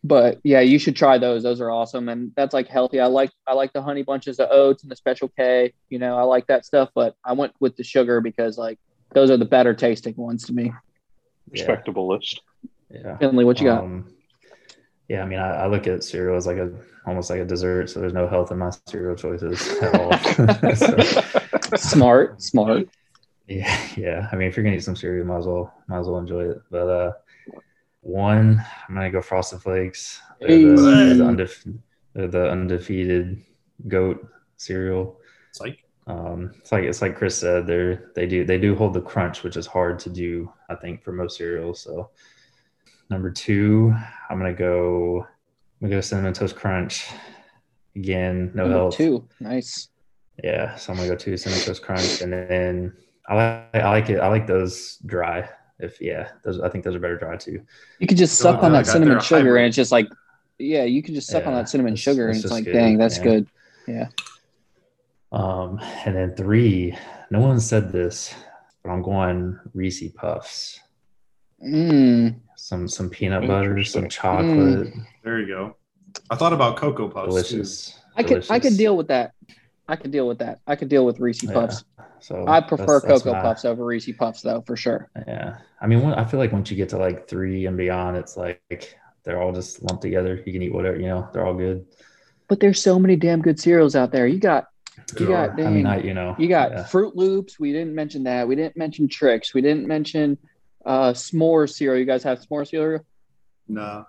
[SPEAKER 3] But yeah, you should try those. Those are awesome, and that's like healthy. I like I like the honey bunches of oats and the Special K. You know, I like that stuff. But I went with the sugar because like those are the better tasting ones to me.
[SPEAKER 4] Yeah,
[SPEAKER 1] Respectable list.
[SPEAKER 4] yeah.
[SPEAKER 3] Finley, what you got?
[SPEAKER 4] Um, yeah, I mean, I, I look at cereal as like a almost like a dessert, so there's no health in my cereal choices at all. So,
[SPEAKER 3] smart, smart.
[SPEAKER 4] yeah, yeah. I mean, if you're gonna eat some cereal, might as well might as well enjoy it. But uh, one, I'm gonna go Frosted Flakes. They're the, they're the, undef- they're the undefeated goat cereal.
[SPEAKER 2] It's like
[SPEAKER 4] Um, it's like it's like Chris said, they're they do they do hold the crunch, which is hard to do, I think, for most cereals. So number two, I'm gonna go I'm gonna go cinnamon toast crunch. Again, no
[SPEAKER 3] Number
[SPEAKER 4] health.
[SPEAKER 3] two, nice.
[SPEAKER 4] Yeah, so I'm gonna go two cinnamon toast crunch, and then I like I like it. I like those dry. If yeah, those I think those are better dry too.
[SPEAKER 3] You could just
[SPEAKER 4] Oh,
[SPEAKER 2] They're
[SPEAKER 3] suck
[SPEAKER 2] like- they're
[SPEAKER 3] on that
[SPEAKER 2] like a-
[SPEAKER 3] cinnamon
[SPEAKER 2] they're a
[SPEAKER 3] sugar,
[SPEAKER 2] hybrid.
[SPEAKER 3] and it's just like, yeah, you could just suck on
[SPEAKER 4] Yeah,
[SPEAKER 3] that cinnamon
[SPEAKER 4] it's-
[SPEAKER 3] sugar,
[SPEAKER 4] it's
[SPEAKER 3] and it's
[SPEAKER 4] just
[SPEAKER 3] like,
[SPEAKER 4] good,
[SPEAKER 3] dang, that's
[SPEAKER 4] yeah.
[SPEAKER 3] good.
[SPEAKER 4] Um, and then three, no one said this, but I'm going Reese Puffs.
[SPEAKER 3] Mm,
[SPEAKER 4] Some some peanut butter,
[SPEAKER 1] Interesting.
[SPEAKER 4] some
[SPEAKER 3] Hmm.
[SPEAKER 4] chocolate.
[SPEAKER 2] there you go. I thought about cocoa puffs. too.
[SPEAKER 4] delicious.
[SPEAKER 3] I could I could
[SPEAKER 4] delicious.
[SPEAKER 3] deal with that. I could deal with that. I could deal with Reese
[SPEAKER 4] Yeah,
[SPEAKER 3] Puffs.
[SPEAKER 4] So
[SPEAKER 3] I prefer
[SPEAKER 4] that's- that's
[SPEAKER 3] Cocoa
[SPEAKER 4] my-
[SPEAKER 3] Puffs over Reese Puffs though, for sure.
[SPEAKER 4] Yeah, I mean, when- I feel like once you get to like three and beyond, it's like they're all just lumped together. You can eat whatever, you know. They're all good.
[SPEAKER 3] But there's so many damn good cereals out there. You got
[SPEAKER 2] There
[SPEAKER 3] you got
[SPEAKER 2] are.
[SPEAKER 4] I mean,
[SPEAKER 3] dang,
[SPEAKER 4] I you know,
[SPEAKER 3] you got
[SPEAKER 4] yeah.
[SPEAKER 3] Fruit Loops. We didn't mention that. We didn't mention Tricks. We didn't mention uh s'more cereal. You guys have s'more cereal?
[SPEAKER 2] No,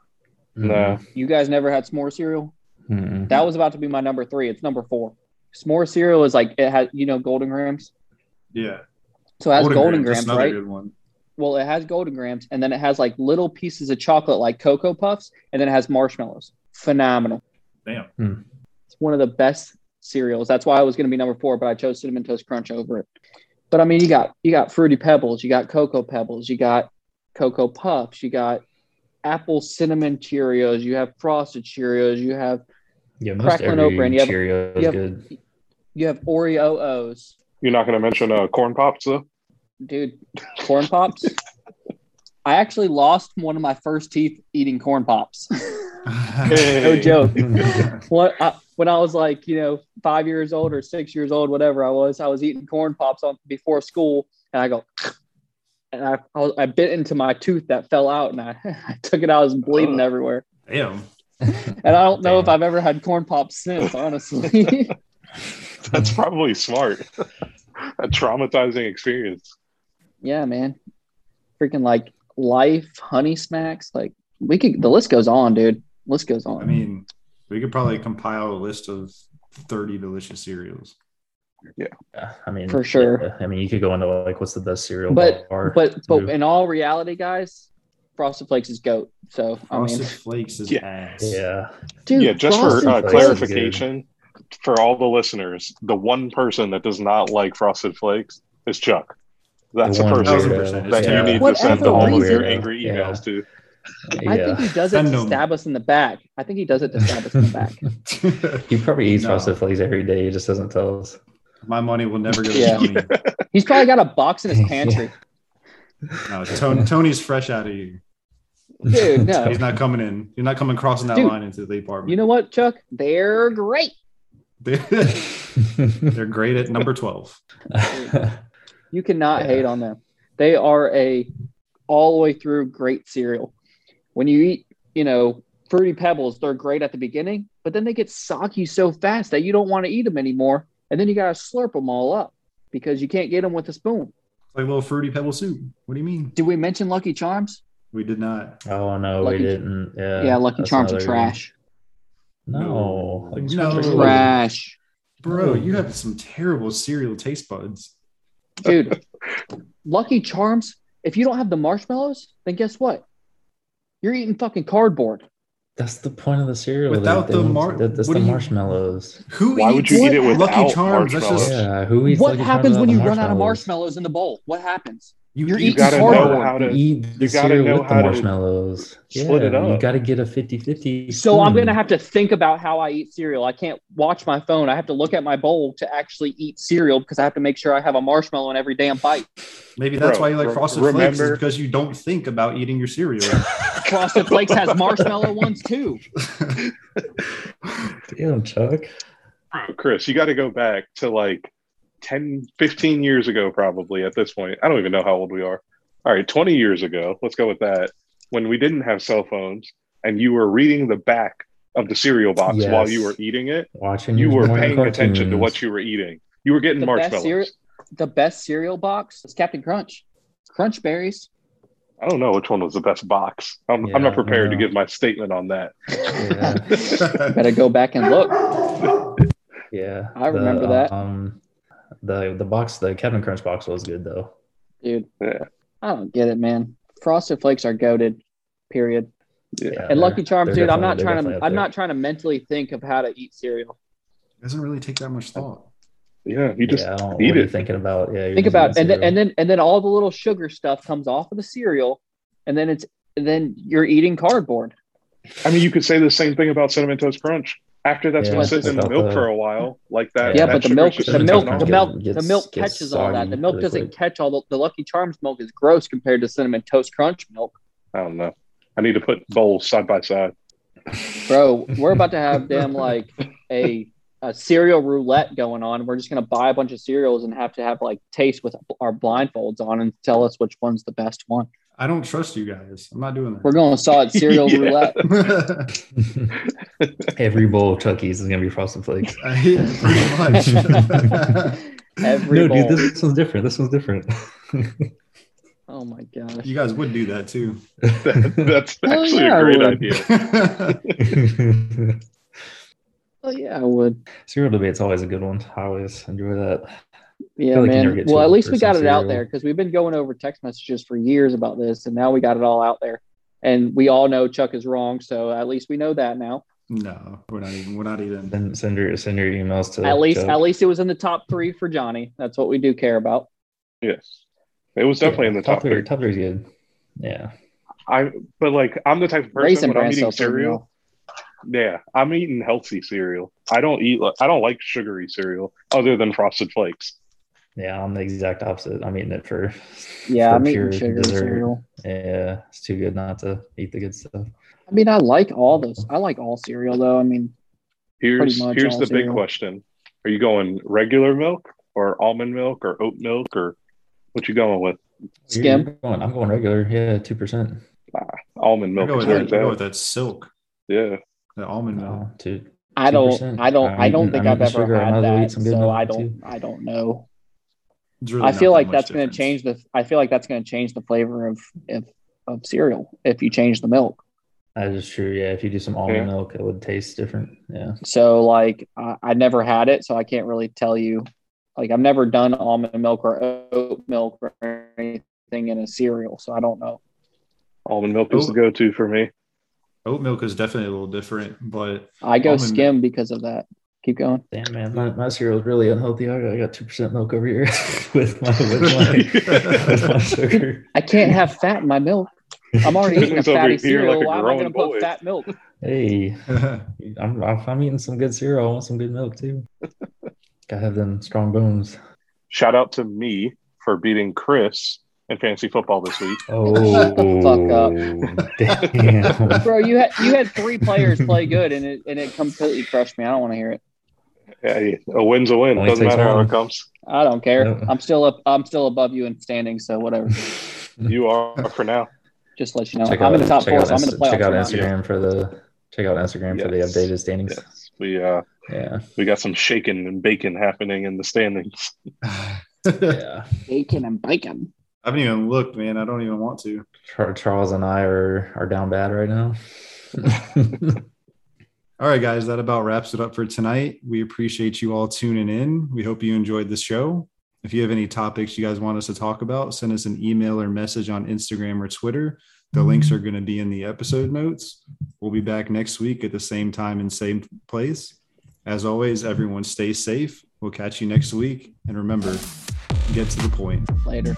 [SPEAKER 1] No.
[SPEAKER 3] You guys never had s'more cereal?
[SPEAKER 4] Mm-mm.
[SPEAKER 3] That was about to be my number three. It's number four. S'more cereal is like it has, you know, Golden Grams.
[SPEAKER 2] yeah.
[SPEAKER 3] So it has Golden,
[SPEAKER 2] Grahams,
[SPEAKER 3] Grams, right?
[SPEAKER 2] Good one.
[SPEAKER 3] Well, it has Golden Grams, and then it has like little pieces of chocolate, like Cocoa Puffs, and then it has marshmallows. Phenomenal.
[SPEAKER 2] Damn.
[SPEAKER 4] Hmm.
[SPEAKER 3] It's one of the best cereals. That's why I was going to be number four, but I chose Cinnamon Toast Crunch over it. But I mean, you got you got Fruity Pebbles, you got Cocoa Pebbles, you got Cocoa Puffs, you got Apple Cinnamon Cheerios, you have Frosted Cheerios, you have
[SPEAKER 4] Yeah, most
[SPEAKER 3] Cracklin'
[SPEAKER 4] every
[SPEAKER 3] open, you have-
[SPEAKER 4] Cheerio is
[SPEAKER 3] you have-
[SPEAKER 4] good.
[SPEAKER 3] you have Oreo O's.
[SPEAKER 1] You're not going to mention uh, corn pops though.
[SPEAKER 3] dude corn pops i actually lost one of my first teeth eating corn pops no
[SPEAKER 1] Hey.
[SPEAKER 3] joke what I, when i was like you know five years old or six years old whatever i was i was eating corn pops on before school and i go and i i, was, I bit into my tooth that fell out and i, I took it out it was bleeding
[SPEAKER 2] Ugh.
[SPEAKER 3] everywhere
[SPEAKER 2] Damn.
[SPEAKER 3] and i don't know if
[SPEAKER 4] Damn.
[SPEAKER 3] i've ever had corn pops since honestly
[SPEAKER 1] That's
[SPEAKER 4] Mm-hmm.
[SPEAKER 1] probably smart. a traumatizing experience.
[SPEAKER 3] yeah man freaking like life honey smacks like we could the list goes on dude list goes on
[SPEAKER 2] I mean, we could probably compile a list of 30 delicious cereals.
[SPEAKER 4] Yeah, I mean,
[SPEAKER 3] For sure.
[SPEAKER 4] yeah, I mean, you could go into like what's the best cereal
[SPEAKER 3] But-
[SPEAKER 4] bar.
[SPEAKER 3] But but
[SPEAKER 4] Move.
[SPEAKER 3] in all reality, guys, Frosted Flakes is goat. So I
[SPEAKER 2] Frosted
[SPEAKER 3] mean,
[SPEAKER 2] Flakes is
[SPEAKER 1] Yeah.
[SPEAKER 2] ass.
[SPEAKER 4] yeah,
[SPEAKER 3] dude,
[SPEAKER 1] yeah, just
[SPEAKER 3] Frosted
[SPEAKER 1] for uh,
[SPEAKER 4] Flakes.
[SPEAKER 1] clarification, for all the listeners, the one person that does not like Frosted Flakes is Chuck. That's
[SPEAKER 4] The
[SPEAKER 1] a
[SPEAKER 4] one
[SPEAKER 1] person
[SPEAKER 2] weirdo.
[SPEAKER 1] that you
[SPEAKER 4] Yeah.
[SPEAKER 1] need to
[SPEAKER 3] Whatever
[SPEAKER 1] send all of your
[SPEAKER 4] reason.
[SPEAKER 1] angry
[SPEAKER 4] Yeah.
[SPEAKER 1] emails to.
[SPEAKER 3] I think
[SPEAKER 4] yeah.
[SPEAKER 3] he does it
[SPEAKER 2] Send
[SPEAKER 3] to
[SPEAKER 2] 'em.
[SPEAKER 3] stab us in the back. I think he does it to stab us in the back.
[SPEAKER 4] He probably eats
[SPEAKER 2] No.
[SPEAKER 4] frosted flakes every day. He just doesn't tell us.
[SPEAKER 2] My money will never go to
[SPEAKER 3] Yeah.
[SPEAKER 2] Tony.
[SPEAKER 3] He's probably got a box in his pantry,
[SPEAKER 2] No, Tony. Tony's fresh out of here.
[SPEAKER 3] dude. No,
[SPEAKER 2] He's not coming in. You're not coming crossing that
[SPEAKER 3] Dude,
[SPEAKER 2] line into the apartment.
[SPEAKER 3] you know what, Chuck? They're great.
[SPEAKER 2] They're great at number 12.
[SPEAKER 3] You cannot
[SPEAKER 4] Yeah.
[SPEAKER 3] hate on them. They are a all the way through great cereal. When you eat, you know, fruity pebbles, they're great at the beginning, but then they get soggy so fast that you don't want to eat them anymore. and then you gotta slurp them all up because you can't get them with a spoon.
[SPEAKER 2] It's like a little fruity pebble soup. What do you mean?
[SPEAKER 3] Did we mention Lucky Charms?
[SPEAKER 2] We did not.
[SPEAKER 4] Oh no,
[SPEAKER 3] Lucky-
[SPEAKER 4] we didn't. Yeah,
[SPEAKER 3] yeah, Lucky
[SPEAKER 4] that's
[SPEAKER 3] Charms are
[SPEAKER 4] another-
[SPEAKER 3] trash.
[SPEAKER 4] No, Lucky
[SPEAKER 2] No.
[SPEAKER 4] Charms are
[SPEAKER 2] Ooh.
[SPEAKER 3] Trash,
[SPEAKER 2] Bro, you have some terrible cereal taste buds.
[SPEAKER 3] dude. Lucky Charms. If you don't have the marshmallows, then guess what? You're eating fucking cardboard.
[SPEAKER 4] That's the point of the cereal. They-
[SPEAKER 2] Without
[SPEAKER 4] they
[SPEAKER 2] the
[SPEAKER 4] don't-
[SPEAKER 2] mar-
[SPEAKER 4] that- that's
[SPEAKER 2] what
[SPEAKER 4] the
[SPEAKER 2] do you-
[SPEAKER 4] marshmallows.
[SPEAKER 2] Who
[SPEAKER 1] Why
[SPEAKER 2] eats
[SPEAKER 1] would you
[SPEAKER 3] What?
[SPEAKER 1] eat it
[SPEAKER 2] Lucky
[SPEAKER 1] without
[SPEAKER 2] Charms, that's just-
[SPEAKER 1] marshmallows?
[SPEAKER 4] Yeah, who eats
[SPEAKER 3] what
[SPEAKER 4] Lucky Charms
[SPEAKER 3] happens when you
[SPEAKER 4] without the
[SPEAKER 3] run out of
[SPEAKER 4] marshmallows?
[SPEAKER 3] marshmallows in the bowl? What happens? You're
[SPEAKER 1] You
[SPEAKER 3] eating
[SPEAKER 1] gotta know
[SPEAKER 3] cardboard.
[SPEAKER 1] how to.
[SPEAKER 4] eat the
[SPEAKER 1] you gotta
[SPEAKER 4] cereal
[SPEAKER 1] know
[SPEAKER 4] with the
[SPEAKER 1] how to
[SPEAKER 4] marshmallows.
[SPEAKER 1] split
[SPEAKER 4] yeah,
[SPEAKER 1] it
[SPEAKER 4] You
[SPEAKER 1] up.
[SPEAKER 4] got to get a 50-50.
[SPEAKER 3] So I'm
[SPEAKER 4] spoon.
[SPEAKER 3] gonna have to think about how I eat cereal. I can't watch my phone. I have to look at my bowl to actually eat cereal because I have to make sure I have a marshmallow in every damn bite.
[SPEAKER 2] Maybe that's
[SPEAKER 1] Bro,
[SPEAKER 2] why you like
[SPEAKER 1] re-
[SPEAKER 2] frosted flakes is
[SPEAKER 1] remember-
[SPEAKER 2] because you don't think about eating your cereal.
[SPEAKER 3] Frosted Flakes has marshmallow ones too.
[SPEAKER 4] Damn, Chuck.
[SPEAKER 1] Bro, Chris, you got to go back to like 10, 15 years ago, probably at this point. I don't even know how old we are. All right, 20 years ago, let's go with that, when we didn't have cell phones and you were reading the back of the cereal box
[SPEAKER 4] Yes.
[SPEAKER 1] while you were eating it,
[SPEAKER 4] Watching
[SPEAKER 1] you
[SPEAKER 4] these
[SPEAKER 1] were
[SPEAKER 4] morning
[SPEAKER 1] paying attention to
[SPEAKER 4] cartoons.
[SPEAKER 1] what you were eating. You were getting
[SPEAKER 3] The best
[SPEAKER 1] marshmallows.
[SPEAKER 3] cere- The best cereal box is Captain Crunch, Crunch Berries.
[SPEAKER 1] I don't know which one was the best box. I'm,
[SPEAKER 4] Yeah,
[SPEAKER 1] I'm not prepared
[SPEAKER 4] no.
[SPEAKER 1] to give my statement on that.
[SPEAKER 4] Yeah.
[SPEAKER 3] Better go back and look.
[SPEAKER 4] Yeah,
[SPEAKER 3] I
[SPEAKER 4] the,
[SPEAKER 3] remember that.
[SPEAKER 4] Um, the the box, the Captain Crunch box was good though.
[SPEAKER 3] dude.
[SPEAKER 1] Yeah.
[SPEAKER 3] I don't get it, man. Frosted Flakes are goaded, period.
[SPEAKER 1] Yeah.
[SPEAKER 3] and Lucky Charms,
[SPEAKER 4] they're
[SPEAKER 3] dude. I'm
[SPEAKER 4] definitely- they're
[SPEAKER 3] not trying
[SPEAKER 4] definitely
[SPEAKER 3] to.
[SPEAKER 4] up
[SPEAKER 3] I'm
[SPEAKER 4] there.
[SPEAKER 3] not trying to mentally think of how to eat cereal.
[SPEAKER 2] doesn't really take that much thought.
[SPEAKER 1] Yeah, you just
[SPEAKER 4] yeah, I don't-
[SPEAKER 1] eat
[SPEAKER 4] what are you
[SPEAKER 1] it.
[SPEAKER 4] thinking about? Yeah, you're
[SPEAKER 3] Think
[SPEAKER 4] just
[SPEAKER 3] about
[SPEAKER 4] eating
[SPEAKER 3] and then,
[SPEAKER 4] cereal.
[SPEAKER 3] and then and then all the little sugar stuff comes off of the cereal, and then it's and then you're eating cardboard.
[SPEAKER 1] I mean, you could say the same thing about cinnamon toast crunch. After that's
[SPEAKER 4] Yeah,
[SPEAKER 1] been sitting in the
[SPEAKER 4] without
[SPEAKER 1] milk
[SPEAKER 4] the-
[SPEAKER 1] for a while, like that.
[SPEAKER 3] Yeah,
[SPEAKER 1] that
[SPEAKER 3] but the
[SPEAKER 1] sugar's
[SPEAKER 3] milk,
[SPEAKER 1] just
[SPEAKER 3] the
[SPEAKER 4] Cinnamon
[SPEAKER 1] sitting
[SPEAKER 3] milk,
[SPEAKER 1] on
[SPEAKER 3] the
[SPEAKER 4] Toast
[SPEAKER 3] milk,
[SPEAKER 4] Crunch
[SPEAKER 3] the
[SPEAKER 4] gets-
[SPEAKER 3] milk
[SPEAKER 4] gets
[SPEAKER 3] catches all that.
[SPEAKER 4] soggy
[SPEAKER 3] The milk
[SPEAKER 4] really
[SPEAKER 3] doesn't
[SPEAKER 4] quick.
[SPEAKER 3] catch all the, the Lucky Charms milk is gross compared to cinnamon toast crunch milk,
[SPEAKER 1] I don't know. I need to put bowls side by side.
[SPEAKER 3] bro. We're about to have damn like a. A cereal roulette going on. We're just gonna buy a bunch of cereals and have to have like taste with our blindfolds on and tell us which one's the best one.
[SPEAKER 2] I don't trust you guys. I'm not doing
[SPEAKER 3] We're going solid cereal
[SPEAKER 1] Yeah.
[SPEAKER 3] roulette.
[SPEAKER 2] that.
[SPEAKER 4] Every bowl of Chuckies is gonna be Frosted Flakes.
[SPEAKER 2] I hate it
[SPEAKER 3] Every
[SPEAKER 4] no,
[SPEAKER 3] bowl.
[SPEAKER 4] dude, this, this one's different. This one's different.
[SPEAKER 3] Oh my
[SPEAKER 2] pretty much.
[SPEAKER 3] gosh.
[SPEAKER 2] you guys would do that too.
[SPEAKER 1] That- that's
[SPEAKER 3] Hell
[SPEAKER 1] actually
[SPEAKER 3] yeah, I
[SPEAKER 1] a great
[SPEAKER 3] would.
[SPEAKER 1] idea.
[SPEAKER 3] Oh yeah, I would.
[SPEAKER 4] cereal debate's always a good one. I always enjoy that.
[SPEAKER 3] Yeah,
[SPEAKER 4] feel like you never
[SPEAKER 3] man.
[SPEAKER 4] get
[SPEAKER 3] Well,
[SPEAKER 4] to
[SPEAKER 3] at
[SPEAKER 4] it
[SPEAKER 3] least we
[SPEAKER 4] versus
[SPEAKER 3] got it out
[SPEAKER 4] cereal.
[SPEAKER 3] there because we've been going over text messages for years about this, and now we got it all out there. And we all know Chuck is wrong, so at least we know that now.
[SPEAKER 2] No, we're not even. We're not even.
[SPEAKER 4] Then send your send your emails to
[SPEAKER 3] At least,
[SPEAKER 4] Chuck.
[SPEAKER 3] at least it was in the top three for Johnny. That's what we do care about.
[SPEAKER 1] Yes. It was definitely
[SPEAKER 4] Yeah,
[SPEAKER 1] in the top three.
[SPEAKER 4] Top three's good. Yeah.
[SPEAKER 1] I but like I'm the type of person
[SPEAKER 3] Raisin
[SPEAKER 1] when I'm
[SPEAKER 3] bran
[SPEAKER 1] eating
[SPEAKER 3] seltzer,
[SPEAKER 1] cereal. Yeah, I'm eating healthy cereal. I don't eat like I don't like sugary cereal other than frosted flakes.
[SPEAKER 4] Yeah, I'm the exact opposite. I'm eating it for
[SPEAKER 3] Yeah,
[SPEAKER 4] for
[SPEAKER 3] I'm
[SPEAKER 4] pure
[SPEAKER 3] eating sugar
[SPEAKER 4] dessert.
[SPEAKER 3] cereal.
[SPEAKER 4] Yeah, it's too good not to eat the good stuff.
[SPEAKER 3] I mean, I like all those. I like all cereal though. I mean,
[SPEAKER 1] Here's
[SPEAKER 3] much
[SPEAKER 1] here's
[SPEAKER 3] all
[SPEAKER 1] the big
[SPEAKER 3] cereal.
[SPEAKER 1] question. Are you going regular milk or almond milk or oat milk or what you going with?
[SPEAKER 4] You're-
[SPEAKER 3] Skim.
[SPEAKER 4] you're going- I'm going regular. Yeah, two percent.
[SPEAKER 1] Almond
[SPEAKER 2] I
[SPEAKER 1] milk
[SPEAKER 2] go
[SPEAKER 1] is
[SPEAKER 2] with
[SPEAKER 1] where
[SPEAKER 2] that,
[SPEAKER 1] it's
[SPEAKER 2] I go with
[SPEAKER 1] at.
[SPEAKER 2] that silk,
[SPEAKER 1] Yeah.
[SPEAKER 2] the almond milk.
[SPEAKER 4] No, two.
[SPEAKER 3] I don't,
[SPEAKER 4] 2%.
[SPEAKER 3] I don't,
[SPEAKER 4] I'm
[SPEAKER 3] I don't
[SPEAKER 4] eating-
[SPEAKER 3] think
[SPEAKER 4] I'm
[SPEAKER 3] I've
[SPEAKER 4] eating
[SPEAKER 3] ever
[SPEAKER 4] sugar. I might
[SPEAKER 3] had
[SPEAKER 4] as well eat
[SPEAKER 3] that,
[SPEAKER 4] some good
[SPEAKER 3] so
[SPEAKER 4] milk,
[SPEAKER 3] I don't,
[SPEAKER 4] too.
[SPEAKER 3] I don't know.
[SPEAKER 2] It's really
[SPEAKER 3] I
[SPEAKER 2] not
[SPEAKER 3] feel
[SPEAKER 2] that
[SPEAKER 3] like
[SPEAKER 2] much
[SPEAKER 3] that's going to
[SPEAKER 2] difference.
[SPEAKER 3] change the. I feel like that's going to change the flavor of, of of cereal if you change the milk.
[SPEAKER 4] That is true. Yeah, if you do some almond
[SPEAKER 1] Yeah.
[SPEAKER 4] milk, it would taste different. Yeah.
[SPEAKER 3] So like I, I never had it, so I can't really tell you. Like I've never done almond milk or oat milk or anything in a cereal, so I don't know.
[SPEAKER 1] Almond milk is the
[SPEAKER 2] Oat-
[SPEAKER 1] go to for me.
[SPEAKER 2] Oat milk is definitely a little different, but
[SPEAKER 3] I go
[SPEAKER 2] Almond milk.
[SPEAKER 3] skim because of that. Keep going.
[SPEAKER 4] Damn man, my, my cereal is really unhealthy. I got, I got two percent milk over here with my with my, with my sugar.
[SPEAKER 3] I can't have fat in my milk. I'm already eating a
[SPEAKER 1] He's over
[SPEAKER 3] fatty
[SPEAKER 1] here
[SPEAKER 3] cereal.
[SPEAKER 1] like a
[SPEAKER 3] Why am I going to
[SPEAKER 1] grown
[SPEAKER 3] put
[SPEAKER 1] boy.
[SPEAKER 3] fat milk?
[SPEAKER 4] Hey, I'm, I'm I'm eating some good cereal. I want some good milk too. Gotta have them strong bones.
[SPEAKER 1] Shout out to me for beating Chris in fantasy football this week.
[SPEAKER 4] Oh, damn.
[SPEAKER 3] Bro, you had you had three players play good, and it and it completely crushed me. I don't want to hear it.
[SPEAKER 1] Hey, a win's a win.
[SPEAKER 4] Only
[SPEAKER 1] Doesn't
[SPEAKER 4] takes
[SPEAKER 1] matter how
[SPEAKER 4] one.
[SPEAKER 1] it comes.
[SPEAKER 3] I don't care.
[SPEAKER 4] Nope.
[SPEAKER 3] I'm still up. I'm still above you in standing, so whatever.
[SPEAKER 1] You are for now.
[SPEAKER 3] Just let you know,
[SPEAKER 4] check
[SPEAKER 3] I'm
[SPEAKER 4] out,
[SPEAKER 3] in the top
[SPEAKER 4] check
[SPEAKER 3] four,
[SPEAKER 4] out
[SPEAKER 3] so I'm in the
[SPEAKER 4] Insta-
[SPEAKER 3] playoffs.
[SPEAKER 4] Check out
[SPEAKER 3] right now.
[SPEAKER 4] Instagram for the check out Instagram for the
[SPEAKER 1] Yes.
[SPEAKER 4] updated standings.
[SPEAKER 1] Yes. We uh
[SPEAKER 4] Yeah.
[SPEAKER 1] we got some shaking and baking happening in the standings.
[SPEAKER 2] I
[SPEAKER 4] Yeah.
[SPEAKER 6] Bacon and bacon.
[SPEAKER 2] haven't even looked, man. I don't even want to.
[SPEAKER 4] Char- Charles and I are are down bad right now.
[SPEAKER 2] All right, guys, that about wraps it up for tonight. We appreciate you all tuning in. We hope you enjoyed the show. If you have any topics you guys want us to talk about, send us an email or message on Instagram or Twitter. The links are going to be in the episode notes. We'll be back next week at the same time and same place. As always, everyone stay safe. We'll catch you next week. And remember, get to the point.
[SPEAKER 3] later.